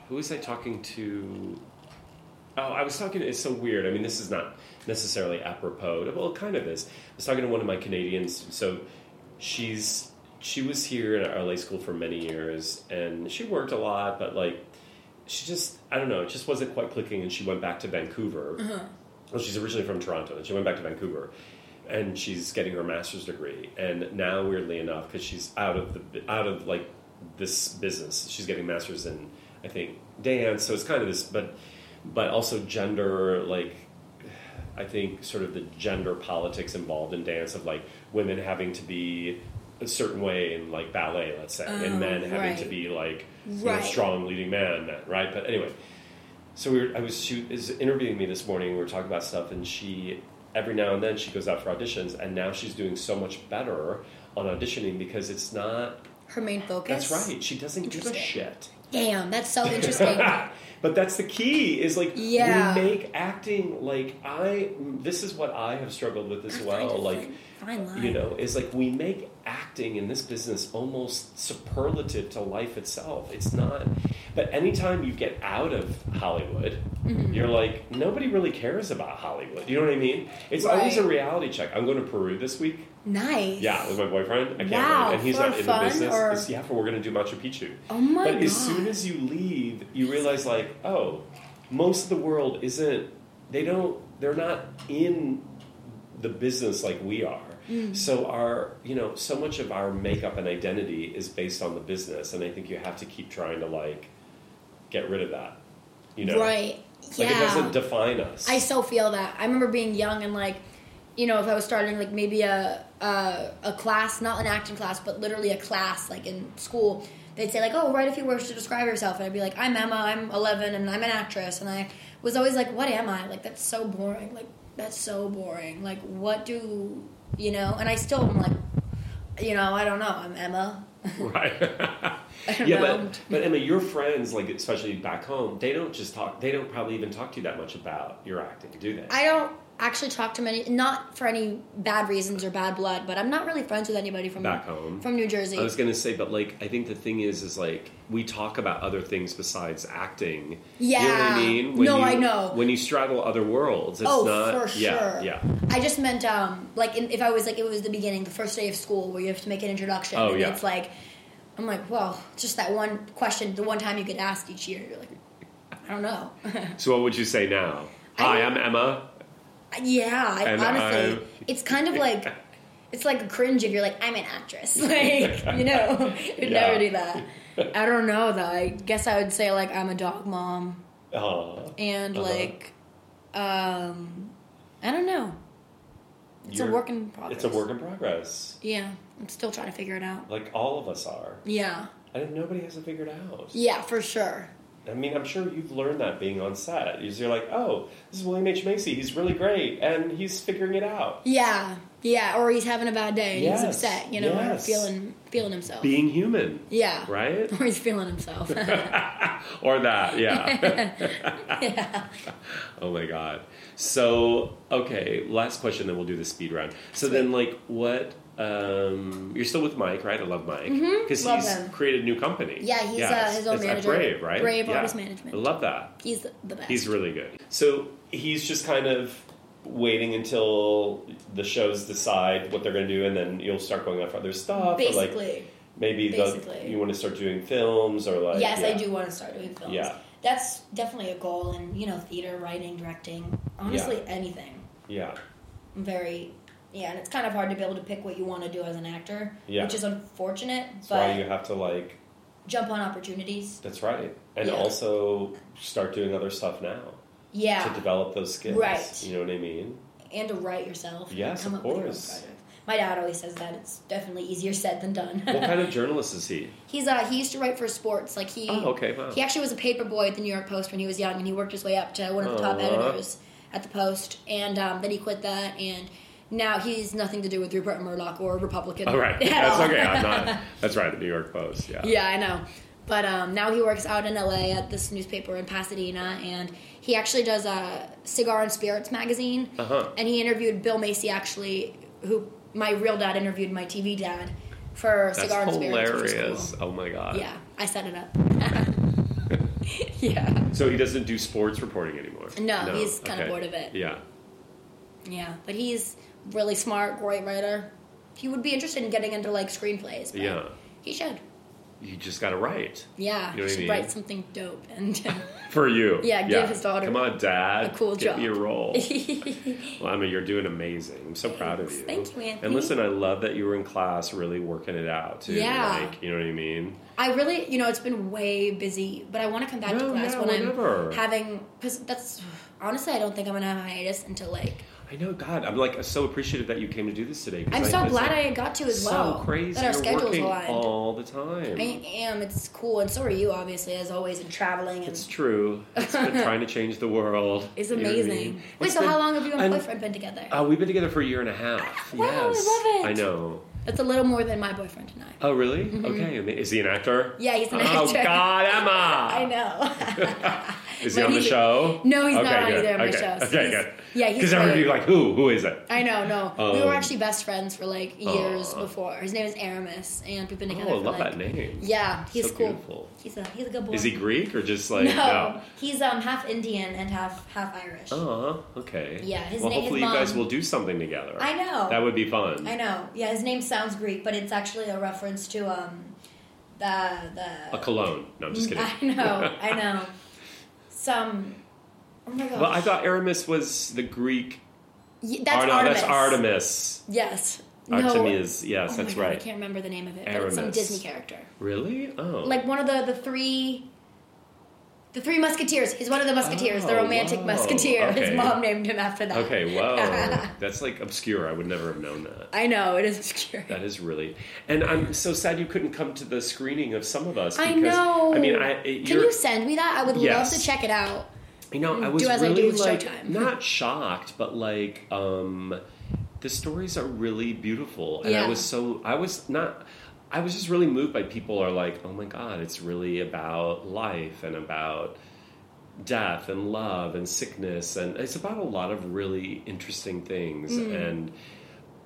who was I talking to? Oh, I was talking. It's so weird. I mean, this is not necessarily apropos. Well, it kind of is. I was talking to one of my Canadians. So she's she was here in our LA school for many years, and she worked a lot, but like she just I don't know, it just wasn't quite clicking, and she went back to Vancouver.
Uh-huh.
Well, she's originally from Toronto, and she went back to Vancouver, and she's getting her master's degree. And now, weirdly enough, because she's out of the out of like this business, she's getting master's in I think dance. So it's kind of this, but but also gender like I think sort of the gender politics involved in dance of like women having to be a certain way in like ballet, let's say, and
Oh,
men having to
right.
be like you know,
Right.
strong leading man, right? But anyway, so we were, I was she is interviewing me this morning. We were talking about stuff, and she every now and then she goes out for auditions, and now she's doing so much better on auditioning because it's not.
Her main focus.
That's right. She doesn't give a
Interesting.
shit.
Damn, that's so interesting.
but that's the key is like
Yeah.
we make acting like I this is what I have struggled with as
Gotta
well
find a
like
fin- fine line.
you know is like we make acting in this business almost superlative to life itself it's not but anytime you get out of Hollywood you're like nobody really cares about Hollywood you know what I mean it's always a
Right.
reality check I'm going to Peru this week
nice.
yeah, with my boyfriend. I can't
Wow,
wait. And he's
for
not in
fun,
the business.
or-
It's- yeah, for we're gonna do Machu Picchu.
Oh my
But as
God.
soon as you leave, you realize like, oh, most of the world isn't they don't they're not in the business like we are.
Mm.
So our you know, so much of our makeup and identity is based on the business and I think you have to keep trying to like get rid of that. You know?
Right. Yeah.
Like it doesn't define us.
I so feel that. I remember being young and like, you know, if I was starting like maybe a a, a class, not an acting class, but literally a class like in school, they'd say like, "Oh, write a few words to describe yourself," and I'd be like, "I'm Emma. I'm 11, and I'm an actress." And I was always like, "What am I?" Like that's so boring. Like that's so boring. Like what do you know? And I still am like, you know, I don't know. I'm Emma.
Right.
don't
yeah,
know.
but but Emma, your friends, like especially back home, they don't just talk. They don't probably even talk to you that much about your acting, do they?
I don't actually talk to many, not for any bad reasons or bad blood, but I'm not really friends with anybody from
Back home.
from New Jersey.
I was gonna say, but like, I think the thing is, is like we talk about other things besides acting. you know what I
Yeah.
mean.
No,
you,
I know.
When you straddle other worlds, it's
oh,
not.
for
yeah,
sure.
yeah.
I just meant um, like in, if I was like it was the beginning, the first day of school where you have to make an introduction.
Oh,
and
yeah.
It's like I'm like, well, just that one question, the one time you get asked each year, you're like, I don't know.
So what would you say now?
I-
Hi, I'm Emma.
yeah, I,
And
honestly,
I'm-
it's kind of like. It's like cringe if you're like, I'm an actress. Like, you know, you'd
Yeah.
never do that. I don't know though. I guess I would say like I'm a dog mom.
Uh,
and
Uh-huh.
like um i don't know it's a
you're-
work in
It's
progress
a work in progress.
yeah i'm still trying to figure it out
Like all of us are.
yeah
I think nobody has it figured out.
yeah for sure
I mean, I'm sure you've learned that being on set. You're like, oh, this is William H. Macy. He's really great, and he's figuring it out.
yeah yeah or he's having a bad day and
Yes,
he's upset you know or
yes.
feeling feeling himself
Being human,
yeah
right?
or he's feeling himself
or that, yeah.
yeah
oh my god. So, okay, last question, then we'll do the speed round. So then, like, what? Um, you're still with Mike, right? I love Mike because
Mm-hmm. Love
he's
him.
created a new company.
Yeah, he's, uh,
it's-
his own
it's at
manager.
Brave, right?
Brave
yeah.
Artist Management.
I love that.
he's the, the best
He's really good. So he's just kind of waiting until the shows decide what they're going to do, and then you'll start going off for other stuff. or
basically
like maybe the,
basically.
you want to start doing films or like
yes i
yeah.
do want to start doing films
Yeah.
that's definitely a goal in you know theater writing directing honestly anything
Yeah,
I'm very yeah and it's kind of hard to be able to pick what you want to do as an actor
Yeah.
which is unfortunate
that's
but
why you have to like.
jump on opportunities
That's right, and
Yeah.
also start doing other stuff now to
yeah
develop those skills.
Right.
You know what I mean?
and to write yourself and
Yes,
come
of
up with your own
course.
project. my dad always says that it's definitely easier said than done
What kind of journalist is he?
he's uh he used to write for sports like he
Oh, okay, wow.
he actually was a paper boy at the new york post when he was young and he worked his way up to one of the top
Aw.
editors at the post and um, then he quit that and now he's nothing to do with rupert murdoch or republican
All right,
at
that's
all.
okay. I'm not. That's right. The New York Post. Yeah.
Yeah, I know. But um, now he works out in LA at this newspaper in Pasadena, and he actually does a Cigar and Spirits magazine.
Uh-huh.
And he interviewed Bill Macy, actually, who my real dad interviewed my TV dad for
That's
Cigar and Spirits. which is
hilarious.
cool.
Oh my god.
Yeah, I set it up. yeah.
So he doesn't do sports reporting anymore.
No, he's kinda bored of it.
Yeah.
Yeah, but he's really smart, great writer. He would be interested in getting into like screenplays. but
Yeah.
He should.
You just got to write
Yeah,
You know what I
he should
mean?
write something dope and.
for you.
Yeah, give his daughter
Come on, Dad.
a cool
Get
job.
me a role. well, Emma, you're doing amazing. I'm so proud of you.
Thanks. Thank you, Anthony.
And listen, I love that you were in class, really working it out too.
Yeah.
Like, you know what I mean?
I really, you know, it's been way busy, but I want to come back
No,
to class
no,
when
whenever.
I'm having because that's honestly, I don't think I'm gonna have a hiatus until like
I know, God, I'm like so appreciative that you came to do this today. 'cause
I'm
I-
so
it's,
glad
like,
I got to as
so
well.
crazy.
that our
You're
schedules
working
aligned.
all the time.
I am. It's cool, and so are you, obviously, as always, and traveling. And
It's
it's,
true. It's been trying to change the world. You know what I
amazing.
mean?
Wait,
It's
so
been-
how long have you and my
I'm-
boyfriend been together?
Uh, we've been together for a year and a half.
Wow, I
yes.
love it.
I know.
that's a little more than my boyfriend and I.
Oh, really? Okay. and Is he an actor?
Yeah, he's an
oh,
actor.
Oh, God, Emma!
I know.
Is he
No,
on the
he's-
show?
no, he's
Okay,
not on
good.
either of my
okay.
shows.
Okay,
He's-
good.
yeah, he's
Because everybody
great.
like, who? Who is it?
I know, no. we were
Um,
actually best friends for like years
Aw.
before. His name is Aramis, and we've been together
Oh, I
for
love that
like
name.
Yeah, he's
So
cool.
beautiful.
He's a he's a good boy.
Is he Greek or just like,
no,
no?
he's um half Indian and half half Irish.
Oh, okay.
Yeah, his
well,
name- his
hopefully you guys
mom-
will do something together.
I know.
That would be fun.
I know. Yeah, his name sounds Greek, but it's actually a reference to um the the.
A cologne. No, Oh, I'm just kidding.
I know. I know. Some. Oh my gosh.
well, I thought Aramis was the Greek.
Ye- that's
oh, no,
Artemis.
that's Artemis.
Yes. No.
Artemis. Yes,
Oh
that's
my God, I
right.
can't remember the name of it, but it's some
Aramis.
Disney character.
Really? Oh.
Like one of the the three. The Three Musketeers. He's one of the Musketeers, the
Oh,
romantic
wow.
musketeer.
Okay.
His mom named him after that.
Okay, whoa. That's like obscure. I would never have known that.
I know it is obscure.
That is really, and I'm so sad you couldn't come to the screening of some of us. Because,
I know.
I mean, I it,
can
you're-
you send me that? I would
Yes.
love to check it out.
you know, I was
Mm. do as I do
really
with
like
Showtime.
not shocked, but like um, the stories are really beautiful, and I
Yeah.
was so I was not. I was just really moved by people are like, oh my god, it's really about life and about death and love and sickness and it's about a lot of really interesting things
Mm.
and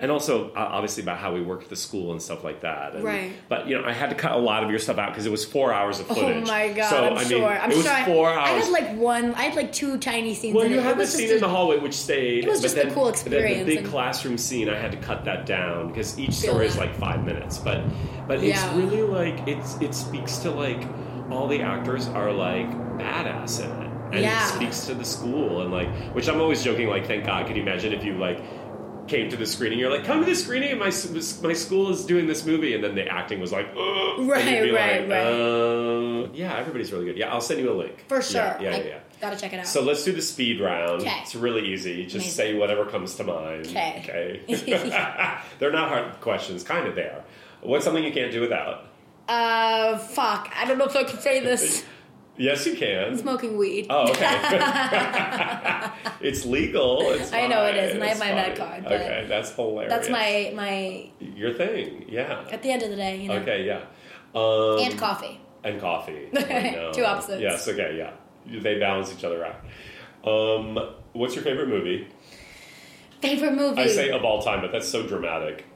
and also uh, obviously about how we work at the school and stuff like that. And,
Right.
But you know, I had to cut a lot of your stuff out because it was four hours of footage.
Oh my god!
So
I'm
I mean,
sure. I'm
it was
sure. I-
four
I,
hours.
had like one. I had like two tiny scenes.
Well,
in
you
it.
had
it
the
was
scene
just
in the
a-
hallway, which stayed.
it was
but
just a
then,
cool
but then
experience
The big
and-
classroom scene, I had to cut that down because each
Feel
story is
that.
like five minutes. But but it's
Yeah.
really like it's it speaks to like all the actors are like badass in it, and
Yeah.
it speaks to the school and like which I'm always joking like thank God. Can you imagine if you like came to the screening. You're like, come to the screening. My s- my school is doing this movie, and then the acting was like, "Ugh," and
Right,
you'd be
right,
like,
right.
"Uh, yeah, everybody's really good. Yeah, I'll send you a link
For sure.
Yeah, yeah, yeah.
Like,
yeah.
Gotta check it out.
So let's do the speed round.
Okay.
It's really easy. Just
Amazing.
say whatever comes to mind.
Okay.
Okay. They're not hard questions. Kind of there. What's something you can't do without?
uh, fuck. I don't know if I can say this.
Yes, you can.
Smoking weed.
Oh, okay. it's legal. It's
I know it
fine.
is, and I have
It's
my med
fine.
card, but
okay, that's hilarious.
That's my my.
your thing. Yeah.
At the end of the day, you know.
Okay. Yeah. Um,
And coffee.
and coffee. I know.
Two opposites.
Yes. Okay. Yeah. They balance each other out. Um, what's your favorite movie?
Favorite movie.
I say oh. of all time, but that's so dramatic.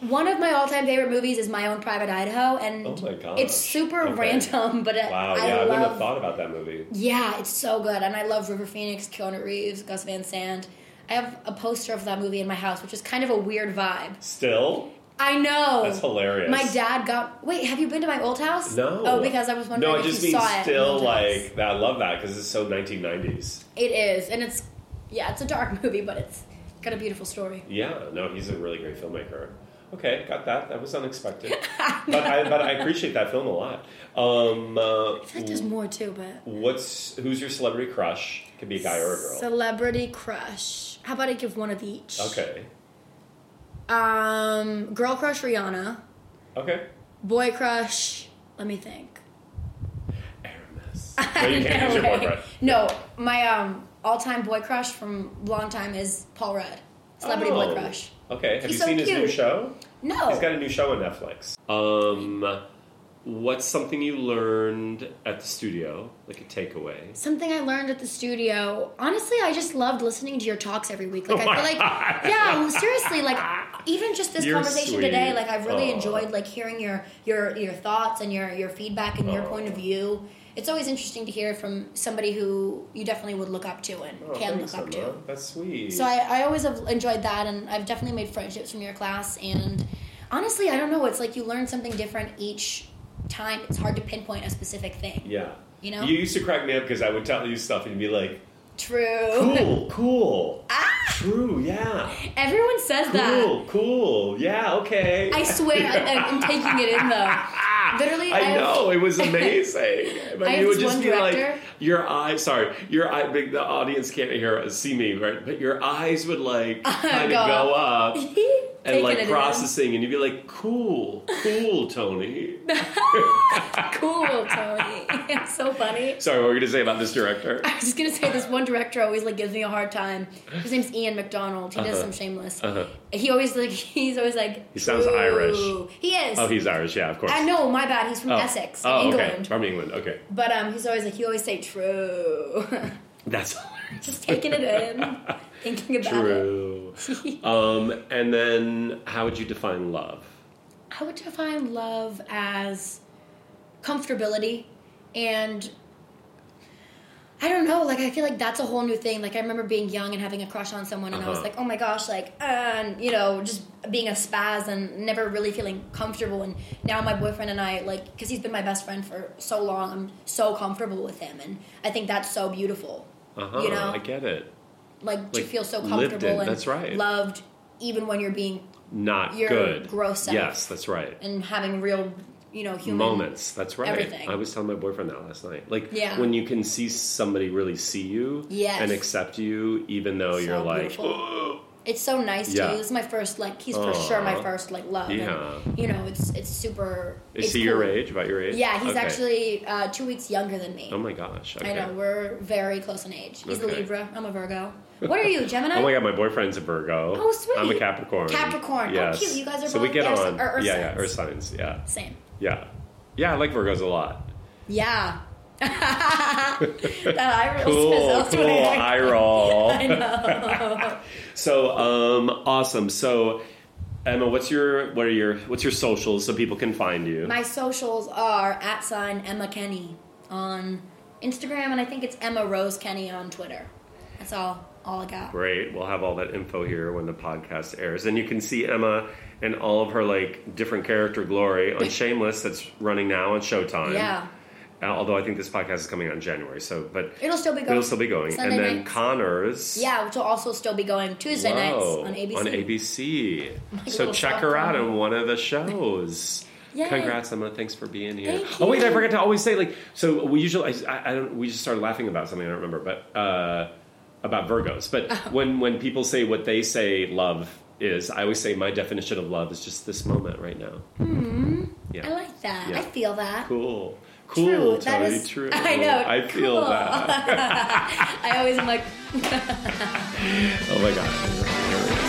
One of my all-time favorite movies is My Own Private Idaho, and
Oh my gosh.
it's super
Okay.
random, but it,
Wow.
I
yeah. I
love.
wouldn't have thought about that movie.
Yeah, it's so good, and I love River Phoenix, Keanu Reeves, Gus Van Sant. I have a poster of that movie in my house, which is kind of a weird vibe.
Still,
I know.
that's hilarious.
My dad got. Wait, have you been to my old house?
No.
Oh, because I was wondering
No,
if
it just
you
means
saw it. in my
still
old house.
like that. I love that because it's so 1990s.
It is, and it's yeah, it's a dark movie, but it's got a beautiful story.
Yeah, no, he's a really great filmmaker. Okay, got that. That was unexpected, but I but I appreciate that film a lot. Um, uh,
I feel like there's more too, but
what's who's your celebrity crush? Could be a guy or a girl.
celebrity crush. How about I give one of each?
okay,
Um, girl crush Rihanna,
okay.
boy crush. Let me think.
Aramis. No, you can't use your
No way.
boyfriend.
No, my um all-time boy crush from long time is Paul Rudd. Celebrity
Oh,
boy crush.
Okay, have
He's
you
so
seen his new
cute.
show?
No.
He's got a new show on Netflix. Um, what's something you learned at the studio, like a takeaway?
Something I learned at the studio. Honestly, I just loved listening to your talks every week. Like
Oh
I
my
feel like
God.
yeah, seriously, like even just this
You're
conversation
sweet. Oh.
today, like I've really
Aw.
enjoyed like hearing your your your thoughts and your your feedback and your
Aw.
point of view. It's always interesting to hear from somebody who you definitely would look up to and
Oh,
can look
thanks,
up to.
Emma. That's sweet.
So I, I always have enjoyed that, and I've definitely made friendships from your class. And honestly, I don't know. It's like you learn something different each time. It's hard to pinpoint a specific thing.
Yeah.
You know?
You used to crack me up because I would tell you stuff and you'd be like,
True.
cool, cool.
Ah!
True, yeah.
Everyone says that.
Cool, cool. Yeah, okay.
I swear, I, I'm taking it in though. Literally,
I
I have-
know it was amazing. But
I have
you would
this
just
one
be like
director.
your eyes. Sorry, your eye. big- The audience can't hear see me, right? But your eyes would like kind of
Go
go up and
Taking
like
it in.
processing, and you'd be like, "Cool, cool, Tony."
Cool, Tony. it's so funny.
sorry, what were you gonna say about this director?
I was just gonna say this one director always like gives me a hard time. His name's Ian McDonald. He does
Uh-huh.
some Shameless.
Uh-huh.
He always like he's always like.
He sounds Irish.
"True." He is.
Oh, he's Irish. Yeah, of course.
I know. My bad. He's from
Oh.
Essex,
Oh,
England.
okay. From England. Okay,
But um, he's always like he always say true.
that's
Just taking it in, thinking about it.
true. um, and then, how would you define love?
I would define love as comfortability and I don't know, like I feel like that's a whole new thing. Like I remember being young and having a crush on someone and I was
Uh-huh.
like, "Oh my gosh, like and you know, just being a spaz and never really feeling comfortable and now my boyfriend and I like cuz he's been my best friend for so long, I'm so comfortable with him and I think that's so beautiful.
Uh-huh,
You know?
I get it.
Like, to
Like,
feel so
lived
comfortable
in,
and
that's right.
loved even when you're being
Not
Your
good.
gross self.
Yes, that's right.
and having real, you know, human
moments. That's right.
everything.
I was telling my boyfriend that last night. Like
Yeah.
when you can see somebody really see you
Yes.
and accept you, even though
So
you're like,
beautiful. It's so nice
Yeah.
to you. This is my first, like, he's
Aw.
for sure my first, like, love. and,
Yeah.
you know, it's it's super.
is
it's
he your
cool.
age? About your age?
Yeah, he's
Okay.
actually uh, two weeks younger than me.
Oh my gosh. Okay.
I know we're very close in age. He's
Okay.
a Libra. I'm a Virgo. What are you, Gemini?
Oh my god, my boyfriend's a Virgo.
Oh, sweet.
I'm a Capricorn.
Capricorn. Oh,
Yes.
cute. You guys are
so we
both
get
air si-
on.
or Earth
yeah, yeah,
signs.
Earth signs. Yeah,
Same.
yeah, yeah. I like Virgos a lot.
Yeah. that eye roll says
Cool, cool.
elsewhere.
Eye roll.
I know.
So um, awesome. So Emma, what's your what are your what's your socials so people can find you?
My socials are at sign Emma Kenny on Instagram, and I think it's Emma Rose Kenny on Twitter. That's all. All I got.
Great. We'll have all that info here when the podcast airs, and you can see Emma and all of her like different character glory on Shameless that's running now on Showtime.
Yeah.
Although I think this podcast is coming out in January, so but
It'll still be going.
it'll still be going.
Sunday
and then
nights.
Connors,
Yeah, which will also still be going Tuesday
Whoa,
nights on ABC.
on ABC. so
little
check her out
softball.
in one of the shows.
Yay.
Congrats, Emma! Thanks for being here.
Thank
oh wait, I
you.
forgot to always say like so. We usually I, I don't we just started laughing about something I don't remember, but uh, about Virgos.
Oh.
But when when people say what they say love is, I always say my definition of love is just this moment right now. Hmm. Yeah.
I like that.
Yeah.
I feel that.
Cool.
True.
Cool,
that
Tony.
is-
true.
I know.
I feel
cool.
that.
I always am like.
Oh my god.